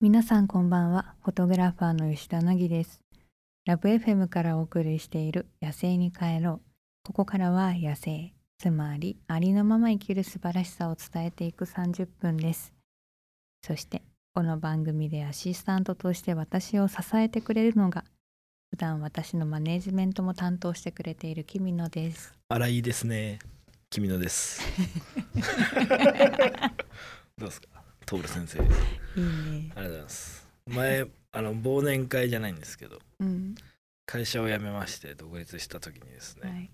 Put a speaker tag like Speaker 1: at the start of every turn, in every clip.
Speaker 1: 皆さんこんばんはフォトグラファーの吉田凪ですラブ FM からお送りしている野生に帰ろうここからは野生つまりありのまま生きる素晴らしさを伝えていく30分ですそしてこの番組でアシスタントとして私を支えてくれるのが普段私のマネージメントも担当してくれている君野です
Speaker 2: あらいいですね。君のです。 どうですか、トール先生。あり
Speaker 1: いいね
Speaker 2: がとうございます。前あの忘年会じゃないんですけど、
Speaker 1: うん
Speaker 2: 会社を辞めまして独立した時にですね、
Speaker 1: はい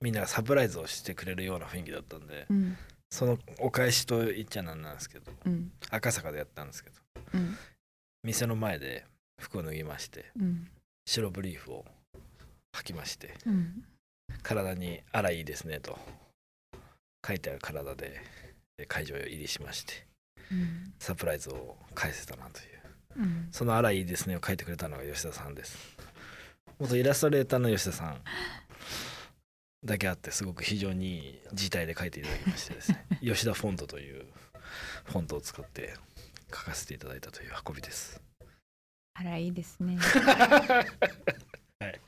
Speaker 2: みんながサプライズをしてくれるような雰囲気だったんで、
Speaker 1: うん
Speaker 2: そのお返しと言っちゃなんなんですけど、
Speaker 1: うん
Speaker 2: 赤坂でやったんですけど、
Speaker 1: うん
Speaker 2: 店の前で服を脱ぎまして、
Speaker 1: うん
Speaker 2: 白ブリーフを履きまして、
Speaker 1: うん
Speaker 2: 体にあらいいですねと書いてある体でで会場入りしまして。
Speaker 1: うん
Speaker 2: サプライズを返せたなという
Speaker 1: うん
Speaker 2: その「あらいいですね」を書いてくれたのが吉田さんです元イラストレーターの吉田さんだけあってすごく非常にいい字体で書いていただきましてです ね吉田フォントというフォントを使って書かせていただいたという運び です
Speaker 1: あらいいですね
Speaker 2: はい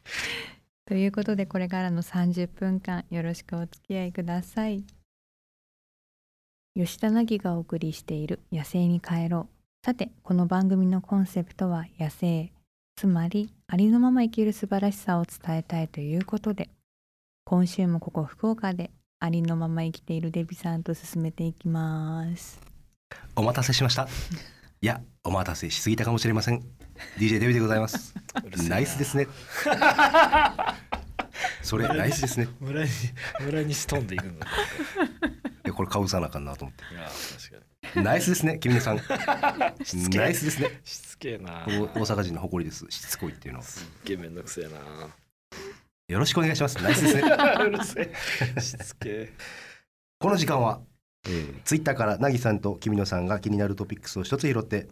Speaker 1: ということでこれからの30分間よろしくお付き合いください吉田凪がお送りしている「野生に帰ろう」さてこの番組のコンセプトは「野生」つまりありのまま生きる素晴らしさを伝えたいということで今週もここ福岡でありのまま生きているデビさんと進めていきます
Speaker 3: お待たせしました。いや、お待たせしすぎたかもしれません。DJ デビでございます。
Speaker 2: うるせえな
Speaker 3: ナイスですね。それナイスですね。
Speaker 2: 村に村にストンでいく んだ
Speaker 3: いやこれ顔さなあかんなと思っ
Speaker 2: いや確かに
Speaker 3: て。ナイスですね、君野さん。
Speaker 2: しつけえ
Speaker 3: ナイスですね。
Speaker 2: しつけえな
Speaker 3: お大阪人の誇りです。しつこいっていうのは。
Speaker 2: すっげえめんどくせえな
Speaker 3: よろしくお願いします。ナイスですね。
Speaker 2: うるせえしつけえ
Speaker 3: この時間は、えー、ツイッターからなぎさんと君野さんが気になるトピックスを一つ拾って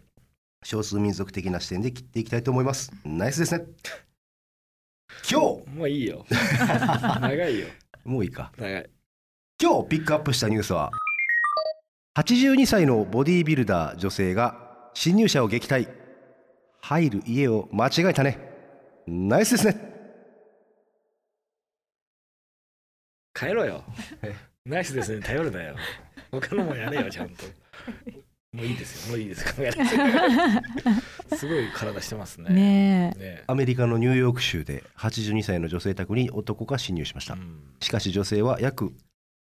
Speaker 3: 少数民族的な視点で切っていきたいと思います。ナイスですね。今日
Speaker 2: もういいよ長いよ
Speaker 3: もういいか。
Speaker 2: 長い
Speaker 3: 今日ピックアップしたニュースは82歳のボディービルダー女性が侵入者を撃退入る家を間違えたねナイスですね
Speaker 2: 帰ろよナイスですね頼るなよ他のもやれよちゃんともういいですよもうい いです考えないすごい体してますね
Speaker 1: ねえ
Speaker 2: ね
Speaker 3: アメリカのニューヨーク州で82歳の女性宅に男が侵入しまし
Speaker 2: う
Speaker 3: た
Speaker 2: ん
Speaker 3: しかし女性は約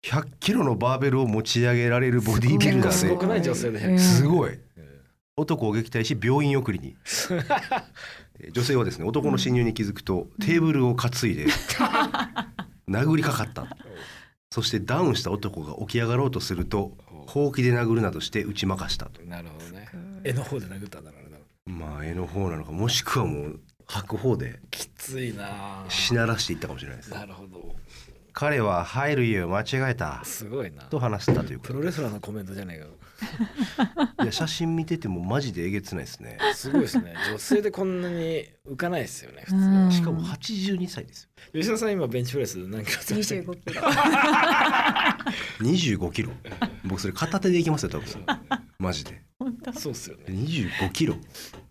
Speaker 3: 100キロのバーベルを持ち上げられるボディービルダ
Speaker 2: す
Speaker 3: ー
Speaker 2: ごく
Speaker 3: で
Speaker 2: ない女性
Speaker 1: うん
Speaker 2: で
Speaker 3: すご
Speaker 2: う
Speaker 3: い
Speaker 2: ん
Speaker 3: 男を撃退し病院送りに えー女性はですね男の侵入に気づくと、テーブルを担 いで殴りかかったそしてダウンした男が起き上がろうとするとほうきで殴るなどして打ち負かしたと
Speaker 2: なるほどね絵の方で殴ったんだろうな
Speaker 3: まあ絵の方なのかもしくはもう吐く方で
Speaker 2: きついな
Speaker 3: しならしていったかもしれないです
Speaker 2: なるほど
Speaker 3: 彼は入る家を間違えた
Speaker 2: すごいな
Speaker 3: と話したというこ
Speaker 2: プ
Speaker 3: と
Speaker 2: ロレスラーのコメントじゃないか
Speaker 3: いや写真見ててもマジでえげつないですね
Speaker 2: すごいですね女性でこんなに浮かないですよね普通
Speaker 1: うん
Speaker 3: しかも82歳です
Speaker 2: 吉田さん今ベンチプレス何キロ出してる
Speaker 1: 25キロ
Speaker 3: よ25キロ僕それ片手でいきますよ多分マジで
Speaker 1: 本当
Speaker 2: そうっすよね
Speaker 3: 25キロ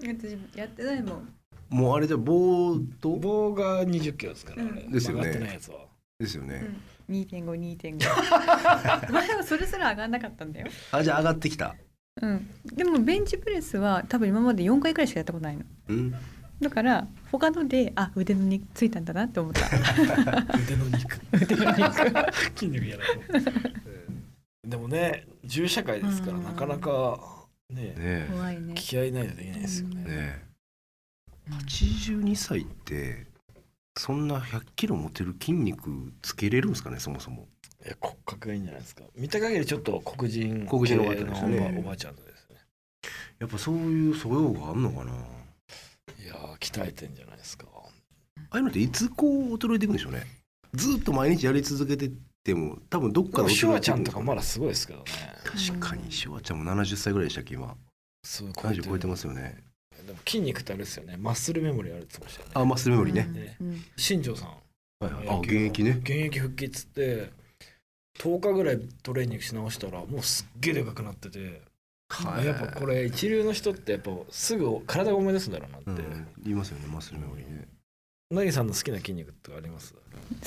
Speaker 1: 私やってないもん
Speaker 3: もうあれじゃ棒と
Speaker 2: 棒が20キロですから、あれ
Speaker 3: ですよね
Speaker 2: 曲がってないやつは
Speaker 3: ですよね、
Speaker 1: 2.52.5前はそれすら上がんなかったんだよ、
Speaker 3: あじゃあ上がってきた
Speaker 1: うん、でもベンチプレスは多分今まで4回くらいしかやったことないの
Speaker 3: うん
Speaker 1: だから他のであ腕の肉ついたんだなって思った
Speaker 2: 腕の肉
Speaker 1: 腕の肉
Speaker 2: 筋肉 やらない でもね銃社会ですから
Speaker 1: うん
Speaker 2: なかなかね
Speaker 3: ね
Speaker 1: 怖いね
Speaker 2: 聞き合いないとできないですよ
Speaker 3: え
Speaker 2: ね
Speaker 3: ねえ82歳ってそんな100キロ持てる筋肉つけれるんですかねそもそも
Speaker 2: いや骨格がいいんじゃないですか見た限りちょっと黒人
Speaker 3: 黒人の方
Speaker 2: 系
Speaker 3: です
Speaker 2: の
Speaker 3: よね
Speaker 2: おばおばあちゃんとですね
Speaker 3: やっぱそういう素養があんのかなあ
Speaker 2: いやー鍛えてんじゃないですか
Speaker 3: あいうのっていつこう衰えていくんでしょうねずっと毎日やり続けてても多分どっかで
Speaker 2: シュワちゃんとかま
Speaker 3: だ
Speaker 2: だすごいですけどね
Speaker 3: 確かにシュワちゃんも70歳ぐらいでしたっけ今
Speaker 2: すごい
Speaker 3: 70超えてますすよね
Speaker 2: でも筋肉ってあれですよねマッスルメモリーあるって言ってましたよね
Speaker 3: あマッスルメモリーね、
Speaker 1: うん
Speaker 2: 新庄さん
Speaker 3: はいはい、あ現役ね
Speaker 2: 現役復帰っつって10日ぐらいトレーニングし直したらもうすっげえでかくなってて
Speaker 3: か
Speaker 2: やっぱこれ一流の人ってやっぱすぐ体が思い出すんだろうな
Speaker 3: う
Speaker 2: って、
Speaker 3: ん、言いますよねマッスルメモリーね
Speaker 2: なぎさんの好きな筋肉とかあります、
Speaker 1: 好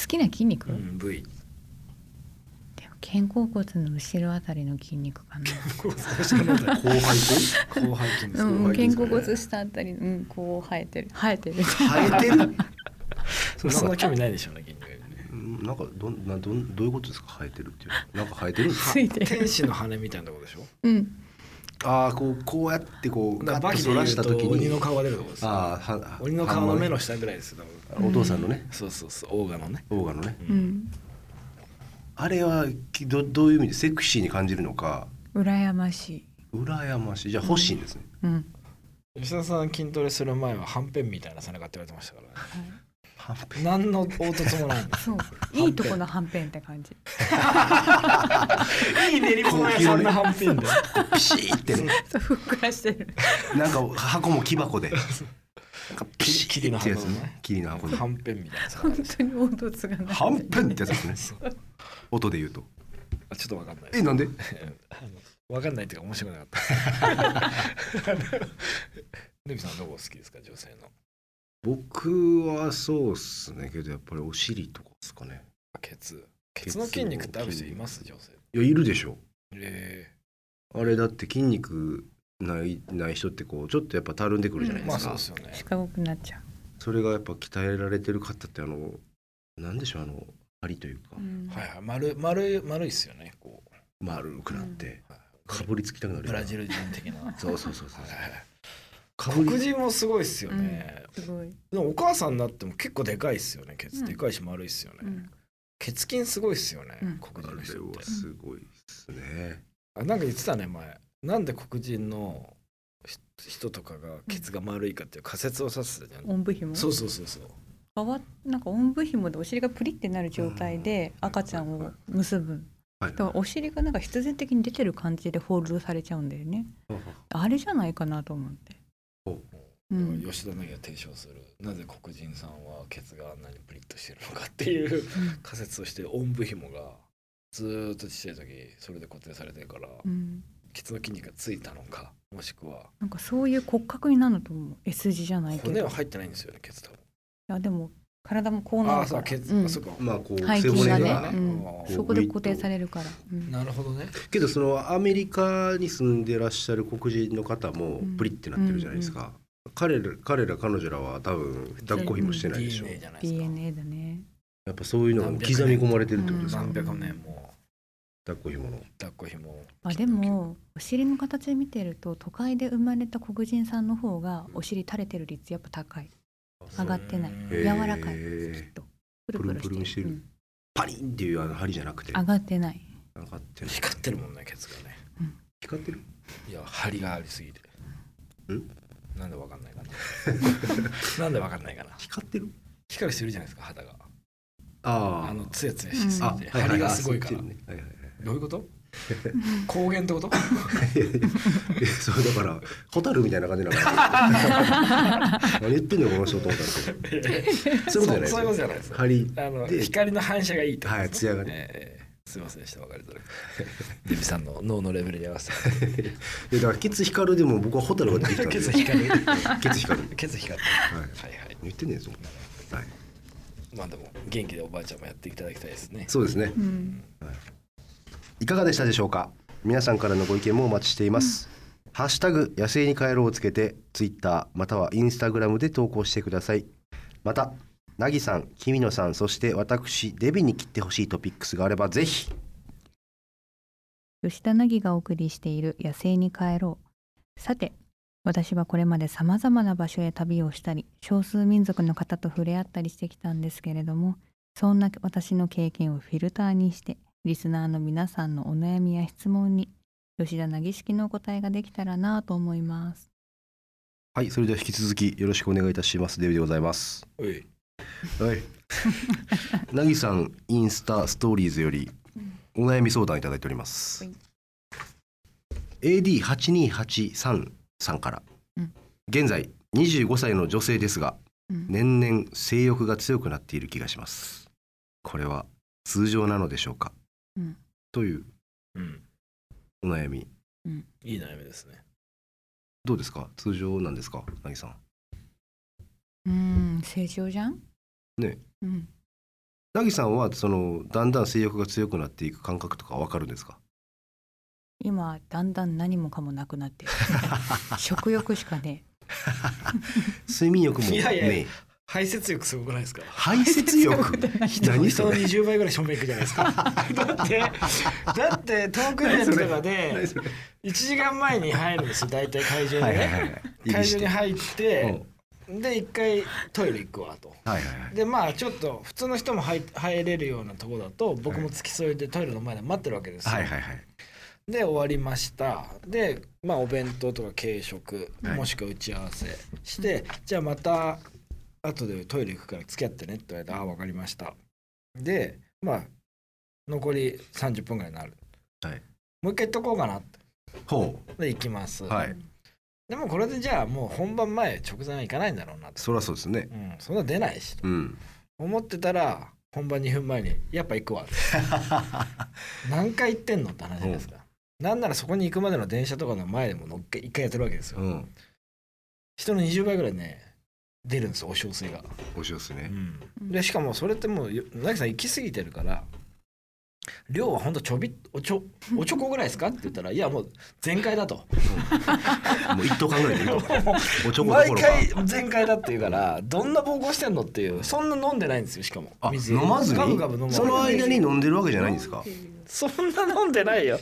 Speaker 1: きな筋肉、
Speaker 2: うん、 部位
Speaker 1: でも肩甲骨の後ろあたりの筋肉かな
Speaker 3: 後
Speaker 2: 後背筋
Speaker 3: 輩
Speaker 2: です
Speaker 1: うん、
Speaker 2: 後背
Speaker 1: 肩
Speaker 2: 筋です
Speaker 1: 甲
Speaker 2: これ
Speaker 1: 骨下あたり、うん、こう生えてる生えてる
Speaker 3: 生えてる
Speaker 2: そ んな興味ないでしょうね筋肉
Speaker 3: うんなんかどんなどんどういうことですか生えてるっていうのはなんか生えてるん ですか
Speaker 1: ついてる
Speaker 2: 天使の羽みたいなとこでしょ
Speaker 1: うん
Speaker 3: ああこうこうやってこう
Speaker 2: だ
Speaker 3: ガ
Speaker 2: からバ
Speaker 3: ッと
Speaker 2: キで
Speaker 3: 反
Speaker 2: 言
Speaker 3: ら
Speaker 2: う
Speaker 3: した
Speaker 2: と
Speaker 3: 時
Speaker 2: 鬼
Speaker 3: に
Speaker 2: の顔が出るとこです
Speaker 3: あーは
Speaker 2: 鬼の顔の目の下ぐらいですよ多分
Speaker 3: お父さんのね
Speaker 2: そうそうそうオーガの ね
Speaker 3: オーガのね
Speaker 1: うん
Speaker 3: あれはきどどういう意味でセクシーに感じるのか
Speaker 1: 羨ましい
Speaker 3: 羨ましいじゃあ欲しいんですね、
Speaker 1: うん
Speaker 2: 吉田さん筋トレする前ははんぺんみたいな背中って言われてましたから、ね、
Speaker 3: はんぺん
Speaker 2: 何の凹凸もないんです
Speaker 1: そういいとこのはんぺんって感じ
Speaker 2: いい練り物屋さんのはんぺんで
Speaker 3: ピシーってね
Speaker 1: そうふっくらしてる
Speaker 3: なんか箱も木 箱でなんかピシーってやつ
Speaker 2: キリの箱のね
Speaker 3: ねキリの箱で
Speaker 2: はんぺんみたいなさ
Speaker 1: 本当に凹凸がない
Speaker 3: はんぺんってやつですね音で言うと
Speaker 2: あちょっとわかんない
Speaker 3: えなんで
Speaker 2: あのわかんないっていうか面白くなかった。ルビさんどこ好きですか女性の。
Speaker 3: 僕はそうっすねけどやっぱりお尻とかですかね
Speaker 2: ケツ。ケツの筋肉ってある人います女性。
Speaker 3: いやいるでしょ
Speaker 2: え
Speaker 3: あれだって筋肉ないない人ってこうちょっとやっぱたるんでくるじゃ
Speaker 2: え
Speaker 3: ないで
Speaker 2: ますあ
Speaker 3: か、
Speaker 2: そうですよね。
Speaker 1: 四角くなっちゃ
Speaker 3: それがやっぱ鍛えられてる方ってあのなんでしょうあの針というか
Speaker 1: う、うん
Speaker 2: はいはい。丸い丸い丸いっすよね。こう
Speaker 3: 丸くなって
Speaker 2: はい
Speaker 3: かぶりつきたくなる
Speaker 2: ブ
Speaker 3: ような
Speaker 2: ラジル人的な。 はい
Speaker 3: そうそうそうそうかぶり
Speaker 2: 黒人もすごいっすよね。
Speaker 1: すごい、
Speaker 2: でもお母さんになっても結構でかいっすよね。ケ
Speaker 1: う
Speaker 2: ツ
Speaker 1: ん
Speaker 2: でかいし丸いっすよね。
Speaker 1: うん、
Speaker 2: ケツ筋すごいっすよね
Speaker 1: うん。
Speaker 2: 黒人の人っ
Speaker 3: あれ
Speaker 2: て
Speaker 3: は。すごいですね
Speaker 2: あなんか言ってたね前なんで黒人のひ人とかがケツが丸いかっていう仮説を指してたじゃん、
Speaker 1: おんぶひも
Speaker 2: そうそうそうそう
Speaker 1: わなんかおんぶひもでお尻がプリってなる状態で
Speaker 3: うん
Speaker 1: 赤ちゃんを結ぶ
Speaker 3: はい
Speaker 1: だからお尻がなんか必然的に出てる感じでホールドされちゃうんだよねあれじゃないかなと思って
Speaker 3: ほ
Speaker 1: う
Speaker 2: だから
Speaker 1: ん、
Speaker 2: 吉田凪が提唱するなぜ黒人さんはケツがあんなにプリッとしてるのかっていう 仮説としておんぶひもがずーっとちっちゃい時それで固定されてるから、
Speaker 1: うん、
Speaker 2: ケツの筋肉がついたのかもしくは
Speaker 1: なんかそういう骨格になるのと思う S 字じゃないけど
Speaker 2: 骨
Speaker 1: い
Speaker 2: は入ってないんですよねケツ多分
Speaker 1: やでも体もこうな
Speaker 2: ああ
Speaker 1: る
Speaker 2: そ
Speaker 1: か
Speaker 2: う
Speaker 1: ら
Speaker 2: ケツ、
Speaker 1: う
Speaker 2: あ
Speaker 1: ん
Speaker 2: そうか、
Speaker 3: まあこう
Speaker 1: 背
Speaker 3: 背
Speaker 1: 筋
Speaker 3: 骨
Speaker 1: がね
Speaker 3: が、
Speaker 1: うん、
Speaker 2: あー
Speaker 1: そこで固定されるから、うん、
Speaker 2: なるほどね
Speaker 3: けどそのアメリカに住んでらっしゃる黒人の方も
Speaker 1: うん
Speaker 3: プリってなってるじゃないですか、彼ら彼ら彼女らは多分抱っこひもしてないでしょ、
Speaker 2: DNA じゃないですか
Speaker 1: DNA だね
Speaker 3: やっぱそういうのがもう刻み込まれてるってことですか、
Speaker 2: 何
Speaker 1: うん
Speaker 2: 百年も
Speaker 3: 抱っこひもの
Speaker 2: 抱っこひも
Speaker 1: まあでもお尻の形見てると都会で生まれた黒人さんの方がお尻垂れてる率やっぱ高い上がってない
Speaker 2: へ
Speaker 1: 柔
Speaker 3: ー
Speaker 1: らかいきっとプルプルしてる
Speaker 3: プルンプルンしてる
Speaker 1: うん
Speaker 3: パリンっていうあの針じゃなくて
Speaker 1: 上がってない
Speaker 3: 上がってる
Speaker 2: 光ってるもんねケツがね
Speaker 3: 光ってる
Speaker 2: いや張りがありすぎて
Speaker 3: ん
Speaker 2: なんでわかんないかななん でわかんないかな
Speaker 3: 光ってる
Speaker 2: 光る人いるじゃないですか肌が
Speaker 3: あ
Speaker 2: あ
Speaker 3: ー
Speaker 2: のツヤツヤしす
Speaker 3: あ
Speaker 2: ぎて張りがすごいから
Speaker 3: はいはいはい
Speaker 2: どういうこと 光源ってこと
Speaker 3: いやいやいやそうだから蛍みたいな感じなのか な何言ってんのこの人と思ったんですけど
Speaker 2: そういう
Speaker 3: そういうこ
Speaker 2: こと
Speaker 3: とじゃないですよ
Speaker 2: じゃないですあ
Speaker 3: 針
Speaker 2: の
Speaker 3: で
Speaker 2: 光の反射がいいってこと
Speaker 3: はい
Speaker 2: ですね
Speaker 3: 艶がね
Speaker 2: ええすいませんでしたわかりづらくてデビさんの脳のレベルに合 わせて
Speaker 3: いやだからケツ光るでも僕は蛍が出てきたんで
Speaker 2: ケツ光る
Speaker 3: ケツ光る
Speaker 2: ケツ光る
Speaker 3: はい
Speaker 2: はいはい
Speaker 3: 言ってんねえぞ、はい、
Speaker 2: まあでも元気でおばあちゃんもやっていただきたいですね
Speaker 3: そうですね
Speaker 1: うん
Speaker 3: いかがでしたでしょうか皆さんからのご意見もお待ちしています、ハッシュタグ野生に帰ろうをつけてツイッターまたはインスタグラムで投稿してくださいまたなぎさん、きみのさん、そして私デビに切ってほしいトピックスがあればぜひ
Speaker 1: 吉田凪がお送りしている「野生に帰ろう」さて私はこれまでさまざまな場所へ旅をしたり少数民族の方と触れ合ったりしてきたんですけれどもそんな私の経験をフィルターにしてリスナーの皆さんのお悩みや質問に吉田凪式のお答えができたらなと思います。
Speaker 3: はい、それでは引き続きよろしくお願いいたしますデビでございます
Speaker 2: おい
Speaker 3: はい。なぎさんインスタストーリーズよりお悩み相談いただいております。
Speaker 1: はい
Speaker 3: AD 八二八三さんから、
Speaker 1: うん
Speaker 3: 現在25歳の女性ですが、
Speaker 1: うん
Speaker 3: 年々性欲が強くなっている気がします。これは通常なのでしょうか。
Speaker 1: うん
Speaker 3: という
Speaker 2: うん
Speaker 3: お悩み
Speaker 1: うん
Speaker 2: いい悩みですね
Speaker 3: どうですか通常なんですかなぎさん
Speaker 1: うん正常じゃん
Speaker 3: ね
Speaker 1: うん
Speaker 3: なぎさんはそのだんだん性欲が強くなっていく感覚とかわかる んですか
Speaker 1: 今だんだん何もかもなくなってる 食欲しかね
Speaker 3: 睡眠欲もね
Speaker 2: いやいや排泄欲すごくないですか
Speaker 3: 排泄欲何
Speaker 2: 人
Speaker 3: そ
Speaker 2: の
Speaker 3: れ
Speaker 2: 20倍ぐらいしょんべん行くじゃないですか だってだってトークイベントとかで
Speaker 3: 何それ
Speaker 2: 1時間前に入るんですよ大体会場にね、
Speaker 3: はいはいはいはい
Speaker 2: 会場に入っ
Speaker 3: うん
Speaker 2: て、で一回トイレ行くわと
Speaker 3: はいはいはい
Speaker 2: でまあちょっと普通の人も入入れるようなとこだと僕も付き添いでトイレの前で待ってるわけですよ、
Speaker 3: はいはいはい
Speaker 2: で終わりましたでまあお弁当とか軽食
Speaker 3: はい
Speaker 2: もしくは打ち合わせして、じゃあまた後でトイレ行くから付き合ってねって言われてああ分かりましたでまあ残り30分ぐらいになる、
Speaker 3: はい
Speaker 2: もう一回行っとこうかなって
Speaker 3: ほ
Speaker 2: で行きます、
Speaker 3: うはい
Speaker 2: でもこれでじゃあもう本番前直前は行かないんだろうなと、
Speaker 3: そりゃそうですね
Speaker 2: うん、そんな出ないし
Speaker 3: うん
Speaker 2: 思ってたら本番2分前にやっぱ行く わって何回行ってんのって話じゃないですか、なんならそこに行くまでの電車とかの前でものっけ一回やってるわけですよ、
Speaker 3: うん
Speaker 2: 人の20倍ぐらいね出るんですよお小水が、
Speaker 3: 面白いですね
Speaker 2: でしかもそれってもうなぎさん行き過ぎてるから量はほんとちょびっおちょおちょこぐらいですかって言ったらいやもう全開だと
Speaker 3: もう一等間ぐらいでいいとかおちょこど
Speaker 2: 毎
Speaker 3: ころか
Speaker 2: 回全開だって言うからどんな暴行してんのっていうそんな飲んでないんですよしかも
Speaker 3: あ飲まずに
Speaker 2: ガブガブ飲まない
Speaker 3: その間に飲んでるわけじゃないんですか
Speaker 2: そんな飲んでないよ。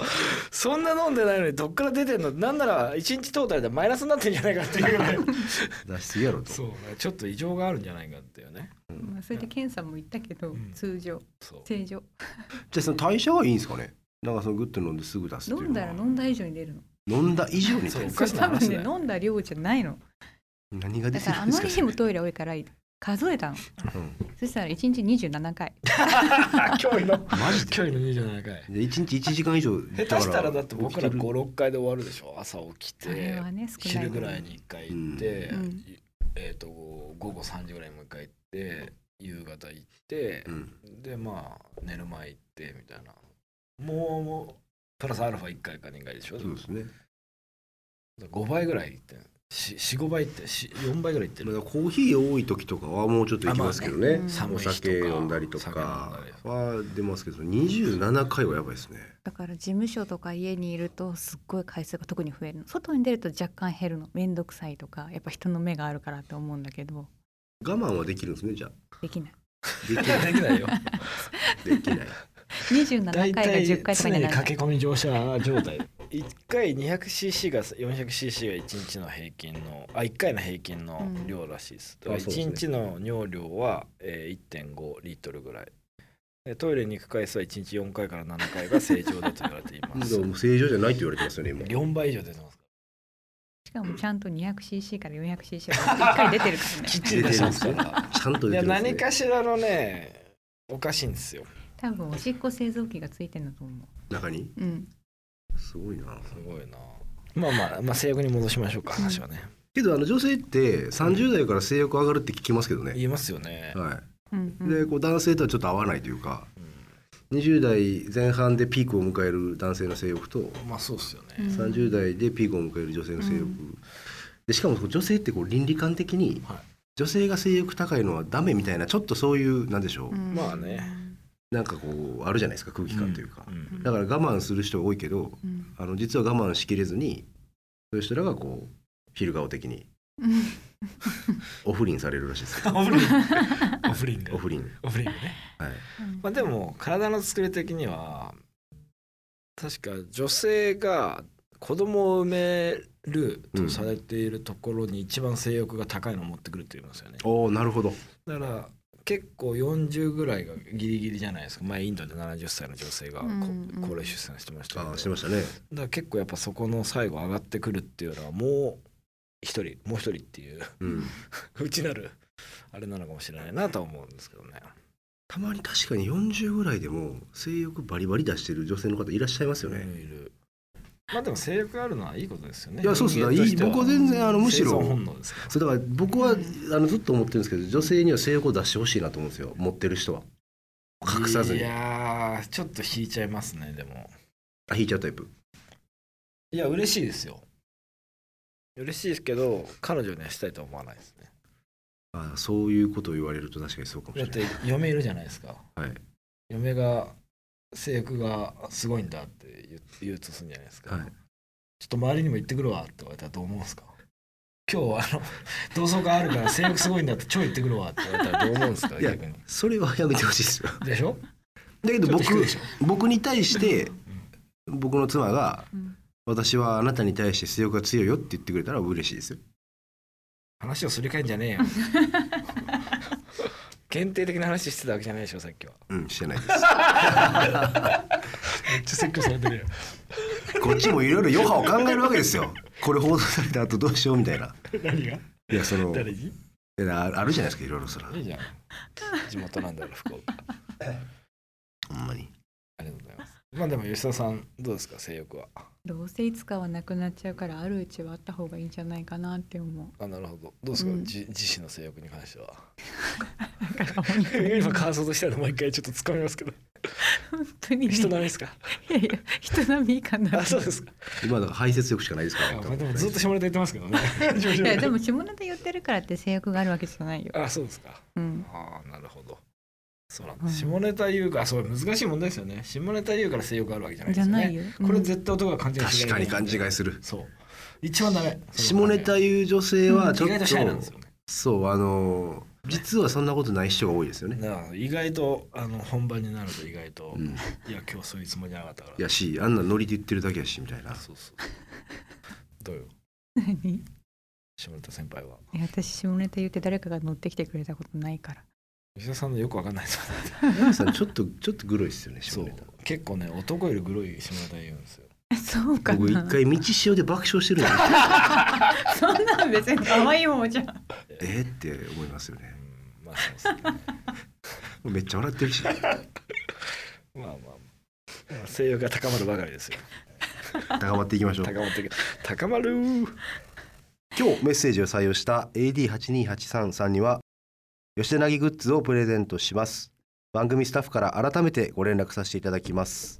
Speaker 2: そんな飲んでないのにどっから出てんのなんなら一日トータルでマイナスになってんじゃないかっていうぐらい
Speaker 3: 出しすぎやろと
Speaker 2: そうねちょっと異常があるんじゃないかっていうね。
Speaker 1: え、まあ、それで検査も行ったけど、
Speaker 2: うん
Speaker 1: 通常
Speaker 2: そう
Speaker 1: 正常
Speaker 3: じゃあその代謝はいいんですかねなんかそのグッと飲んですぐ出すっ
Speaker 1: 飲
Speaker 3: ていうんの
Speaker 1: だら
Speaker 3: は
Speaker 1: 飲んだ以上に出るの
Speaker 3: 飲んだ以上に
Speaker 2: そうお
Speaker 1: そ
Speaker 2: か
Speaker 1: れ
Speaker 2: しな
Speaker 1: 多分
Speaker 2: 話だ
Speaker 1: ね
Speaker 2: よ
Speaker 1: 飲んだ量じゃないの
Speaker 3: 何が
Speaker 1: だ
Speaker 3: 出て
Speaker 1: か
Speaker 3: る
Speaker 1: らあ
Speaker 3: んです
Speaker 1: ま
Speaker 3: か
Speaker 1: りにもトイレ多いから数えたの
Speaker 3: それうん
Speaker 1: そしたら1日27回
Speaker 2: 脅威の
Speaker 3: マジで
Speaker 2: 脅威の27回。
Speaker 3: で一日一時間以上
Speaker 2: 下手したらだって僕ら
Speaker 3: 起きてる
Speaker 2: 56回で終わるでしょ朝起き
Speaker 1: あれ
Speaker 2: て
Speaker 1: はね少ない
Speaker 2: 昼ぐらいに1回行って、
Speaker 1: うんうん
Speaker 2: えっ、と午後3時ぐらいにもう1回行って夕方行って
Speaker 3: う、ん
Speaker 2: でまあ寝る前行ってみたいなもうもうプラスアルファ1回か2回でしょ
Speaker 3: そうですね
Speaker 2: 5倍ぐらいいって45倍いってし4倍ぐらいいって
Speaker 3: まあ
Speaker 2: る
Speaker 3: だからコーヒー多い時とかはもうちょっといきますけど
Speaker 1: あま
Speaker 3: ね,、
Speaker 1: あね
Speaker 2: 寒
Speaker 3: お
Speaker 2: い日とか
Speaker 3: 酒飲んだりとか
Speaker 2: 酒飲んだ
Speaker 3: は出ますけど27回はやばいですね
Speaker 1: だから事務所とか家にいるとすっごい回数が特に増えるの外に出ると若干減るの面倒くさいとかやっぱ人の目があるからって思うんだけど
Speaker 3: 我慢はできるんですねじゃあ
Speaker 1: できない
Speaker 3: でき
Speaker 2: りできないよ
Speaker 3: ないでき ない
Speaker 1: 27回が10回とか
Speaker 2: 常
Speaker 1: には
Speaker 2: に
Speaker 1: ならない
Speaker 2: 駆け込み乗車状態1回 200cc が 400cc が1日の平均のあ1回の平均の量らしいです、
Speaker 3: うん
Speaker 2: だ
Speaker 3: あ
Speaker 2: か
Speaker 3: そ
Speaker 2: ら
Speaker 3: うです
Speaker 2: 1
Speaker 3: ね
Speaker 2: 日の尿量は、えー1.5リットルぐらいでトイレに行く回数は1日4回から7回が正常だと言われていま
Speaker 3: だ
Speaker 2: す
Speaker 3: からもう正常じゃないって言われてますよね今
Speaker 2: 4倍以上出てます
Speaker 1: しかもちゃんと 200cc から 400cc は1回出てるからね
Speaker 2: きっちり出てますから
Speaker 3: ちゃんと
Speaker 2: い
Speaker 3: 出
Speaker 2: や
Speaker 3: てますね
Speaker 2: 何かしらのねおかしいんですよ
Speaker 1: 多分おしっこ製造機がついてるんだと思
Speaker 3: 中に
Speaker 1: ううん
Speaker 3: すごいな
Speaker 2: すごいなまあまあまあ性欲に戻しましょうか
Speaker 1: うん
Speaker 2: 話はね、
Speaker 3: けどあの女性って30代から性欲上がるって聞きますけどね、
Speaker 2: 言いますよね、
Speaker 3: は
Speaker 1: うんう
Speaker 3: い、
Speaker 1: ん
Speaker 3: でこう男性とはちょっと合わないというか
Speaker 2: う
Speaker 3: 20代前半でピークを迎える男性の性欲と
Speaker 2: んまあそうっすよね、
Speaker 1: うん
Speaker 3: 30代でピークを迎える女性の性欲、
Speaker 1: うん
Speaker 3: でしかもこう女性ってこう倫理観的に
Speaker 2: はい
Speaker 3: 女性が性欲高いのはダメみたいなちょっとそういうなんでしょう、
Speaker 1: うん
Speaker 2: まあね
Speaker 3: なんかこうあるじゃないですか空気感というか、
Speaker 2: ん
Speaker 1: ん
Speaker 3: だから我慢する人多いけど
Speaker 1: うん
Speaker 3: あの実は我慢しきれずにそういう人らがこう昼顔的にオフリンされるらしいです
Speaker 2: オフリンオフリンが
Speaker 3: オフリン
Speaker 2: オフリンがね、
Speaker 3: はい
Speaker 2: まあ、でも体の作り的には確か女性が子供を産めるとされているところに一番性欲が高いのを持ってくるって言いますよね、
Speaker 3: おおなるほど
Speaker 2: だから結構40ぐらいがギリギリじゃないですか前インドで70歳の女性がこ
Speaker 1: うんうん
Speaker 2: 高齢出産してましたけ
Speaker 3: あ
Speaker 2: ど、
Speaker 3: ーしてましたね
Speaker 2: だから結構やっぱそこの最後上がってくるっていうのはもう一人もう一人っていう
Speaker 3: うん
Speaker 2: 内なるあれなのかもしれないなとは思うんですけどね
Speaker 3: たまに確かに40ぐらいでも性欲バリバリ出してる女性の方いらっしゃいますよ
Speaker 2: い
Speaker 3: ね、
Speaker 2: るいるまあでも性欲があるのはいいことですよね
Speaker 3: いやそうっす
Speaker 2: 人
Speaker 3: ね
Speaker 2: 間と
Speaker 3: いい
Speaker 2: しては
Speaker 3: 僕は全然あのむし
Speaker 2: 生
Speaker 3: ろ
Speaker 2: 存本能ですから
Speaker 3: そうだから僕はあのずっと思ってるんですけど女性には性欲を出してほしいなと思うんですよ持ってる人は隠さずに
Speaker 2: いやーちょっと引いちゃいますねでも
Speaker 3: あ引いちゃうタイプ
Speaker 2: いや嬉しいですよ嬉しいですけど彼女にはしたいとは思わないですね
Speaker 3: あーそういうことを言われると確かにそうかもし
Speaker 2: だっ
Speaker 3: れない
Speaker 2: て嫁いるじゃないですか
Speaker 3: はい
Speaker 2: 嫁が性欲がすごいんだって言う言うとするんじゃないですか、
Speaker 3: は
Speaker 2: ち
Speaker 3: い
Speaker 2: ょっと周りにも言ってくるわって言われたらどう思うんですか今日はあの同窓会あるから性欲すごいんだって超言ってくるわって言われたらどう思うんですか
Speaker 3: いや
Speaker 2: 逆に
Speaker 3: それはやめてほしい ですよ
Speaker 2: でしょ
Speaker 3: だけど
Speaker 2: ちょっと低い
Speaker 3: 僕
Speaker 2: でしょ
Speaker 3: 僕に対して僕の妻が
Speaker 1: うん
Speaker 3: 「私はあなたに対して性欲が強いよ」って言ってくれたら嬉しいですよ
Speaker 2: 話をすり替えんじゃねえ よ限定的な話してたわけじゃないでしょさっきは
Speaker 3: うんしてないで す
Speaker 2: めっちゃ説教されてるよ
Speaker 3: こっちもいろいろ余波を考えるわけですよ これ放送された後どうしようみたいな
Speaker 2: 何が
Speaker 3: いやその
Speaker 2: 誰に
Speaker 3: いやああるじゃないですかいろいろそら
Speaker 2: いいじゃん地元なんだから福岡あ
Speaker 3: ほんまに
Speaker 2: りがとうございますまあでも吉田さんどうですか性欲は
Speaker 1: どうせいつかはなくなっちゃうからあるうちはあった方がいいんじゃないかなって思う
Speaker 2: あなるほどどうですか、
Speaker 1: うん
Speaker 2: じ自身の性欲に関しては
Speaker 1: だから本当に
Speaker 2: 今感想としては毎回ちょっとつかみますけど
Speaker 1: 本当にね
Speaker 2: 人並みですか
Speaker 1: いやいや人並みいいかな
Speaker 2: あそう ですか
Speaker 3: 今だから排泄欲しかないですか
Speaker 2: あ
Speaker 3: ら
Speaker 2: まあ でもずっと下ネタ言ってますけ どね
Speaker 1: いやでも下ネタ言ってるからって制約があるわけじゃないよ、
Speaker 2: あそうですか
Speaker 1: うん、
Speaker 2: ああなるほどそうなん
Speaker 1: う
Speaker 2: だ
Speaker 1: ん
Speaker 2: 下ネタ言うからそう難しい問題ですよね下ネタ言うから性欲あるわけじゃない
Speaker 1: じ
Speaker 2: で
Speaker 1: ゃ
Speaker 2: すよ
Speaker 1: ない
Speaker 2: ね
Speaker 1: よ、
Speaker 2: これ
Speaker 1: うん
Speaker 2: 絶対男が勘違いし
Speaker 3: 確
Speaker 2: て
Speaker 3: かに勘
Speaker 2: い
Speaker 3: 違いする
Speaker 2: そう一番ダメ
Speaker 3: 下ネタ
Speaker 2: 意
Speaker 3: 言う女性はちょっ
Speaker 2: 外とシャイなんです
Speaker 3: と
Speaker 2: よね
Speaker 3: そうあのー実はそんなことない人が多いですよね
Speaker 2: だから意外とあの本番になると意外と、
Speaker 3: うん
Speaker 2: いや今日そういうつもりじゃなかったから
Speaker 3: やしあんなノリで言ってるだけやしみたい な
Speaker 2: そうそう どうよ
Speaker 1: 何い
Speaker 2: 下ネタ先輩は
Speaker 1: や私下ネタ言って誰かが乗ってきてくれたことないから
Speaker 2: 吉田さんのよくわかんないですよね
Speaker 3: さちょっとちょっとグロいですよね下
Speaker 2: そう
Speaker 3: ネタ
Speaker 2: 結構ね男よりグロい下ネタ言うんですよ
Speaker 1: そうかな
Speaker 3: 僕一回道潮で爆笑してるんですよ
Speaker 1: そんなん別に可愛いもんじゃん
Speaker 3: えーって思いますよね
Speaker 2: うんまあそうですね
Speaker 3: めっちゃ笑ってるし
Speaker 2: まあまあ、まあ、性欲が高まるばかりですよ
Speaker 3: 高まっていきましょう
Speaker 2: 高まって高まるー
Speaker 3: 今日メッセージを採用した AD8283 さんには吉田凪グッズをプレゼントします番組スタッフから改めてご連絡させていただきます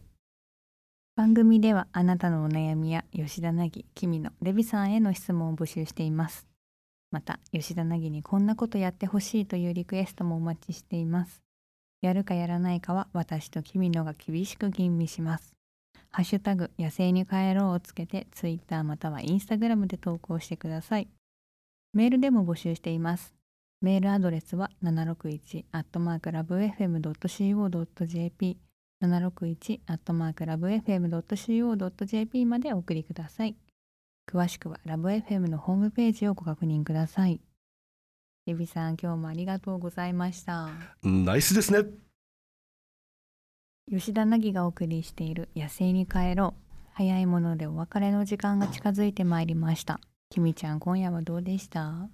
Speaker 1: 番組ではあなたのお悩みや吉田凪、君のレビさんへの質問を募集していますまた吉田凪にこんなことやってほしいというリクエストもお待ちしていますやるかやらないかは私と君のが厳しく吟味しますハッシュタグ野生に帰ろうをつけてツイッターまたはインスタグラムで投稿してくださいメールでも募集していますメールアドレスは761 lovefm.co.jp 761アットマークラブ FM.co.jp までお送りください。詳しくはラブ FM のホームページをご確認ください。ゆびさん、今日もありがとうございました。
Speaker 3: ナイスですね
Speaker 1: 吉田凪がお送りしている野生に帰ろう。早いものでお別れの時間が近づいてまいりました。きみちゃん、今夜はどうでした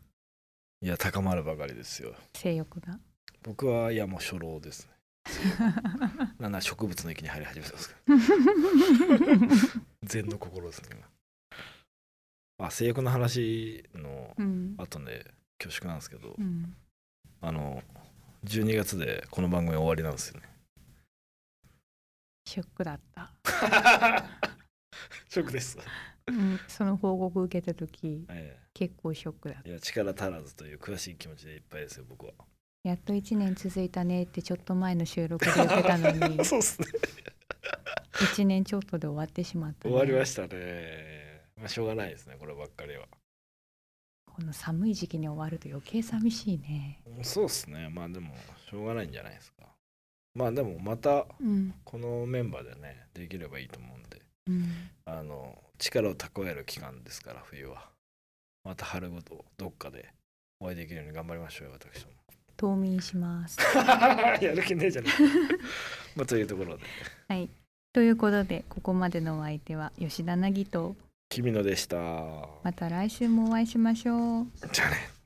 Speaker 2: いや高まるばかりですよ
Speaker 1: 性欲が。
Speaker 2: 僕はいやもう初老です ねなんなら植物の域に入り始めてます から禅の心ですね今あ性欲の話の
Speaker 1: うん。
Speaker 2: 後で恐縮なんですけど
Speaker 1: うん。
Speaker 2: あの12月でこの番組終わりなんですよね
Speaker 1: ショックだった。
Speaker 2: ショックです、
Speaker 1: うん、その報告受けた時、
Speaker 2: え
Speaker 1: 結構ショックだった
Speaker 2: えいや力足らずという悔しい気持ちでいっぱいですよ僕は
Speaker 1: やっと1年続いたねってちょっと前の収録で言ってたの に
Speaker 2: そうっすね
Speaker 1: 1年ちょっとで終わってしまった、
Speaker 2: 終わりま
Speaker 1: し
Speaker 2: したねまあしょうがないですねこればっかりは
Speaker 1: たこの寒い時期に終わると余計寂しいね
Speaker 2: そうっすねまあでもしょうがないんじゃないですかまあでもまた
Speaker 1: うん、
Speaker 2: このメンバーでねできればいいと思うんで
Speaker 1: うん、
Speaker 2: あの力を蓄える期間ですから冬はまた春ごとどっかでお会いできるように頑張りましょうよ私ども
Speaker 1: 冬眠します
Speaker 2: やる気ねえじゃねえ まあというところで
Speaker 1: ということでここまでのお相手は吉田凪と
Speaker 2: 君のでした
Speaker 1: また来週もお会いしましょう
Speaker 2: じゃあね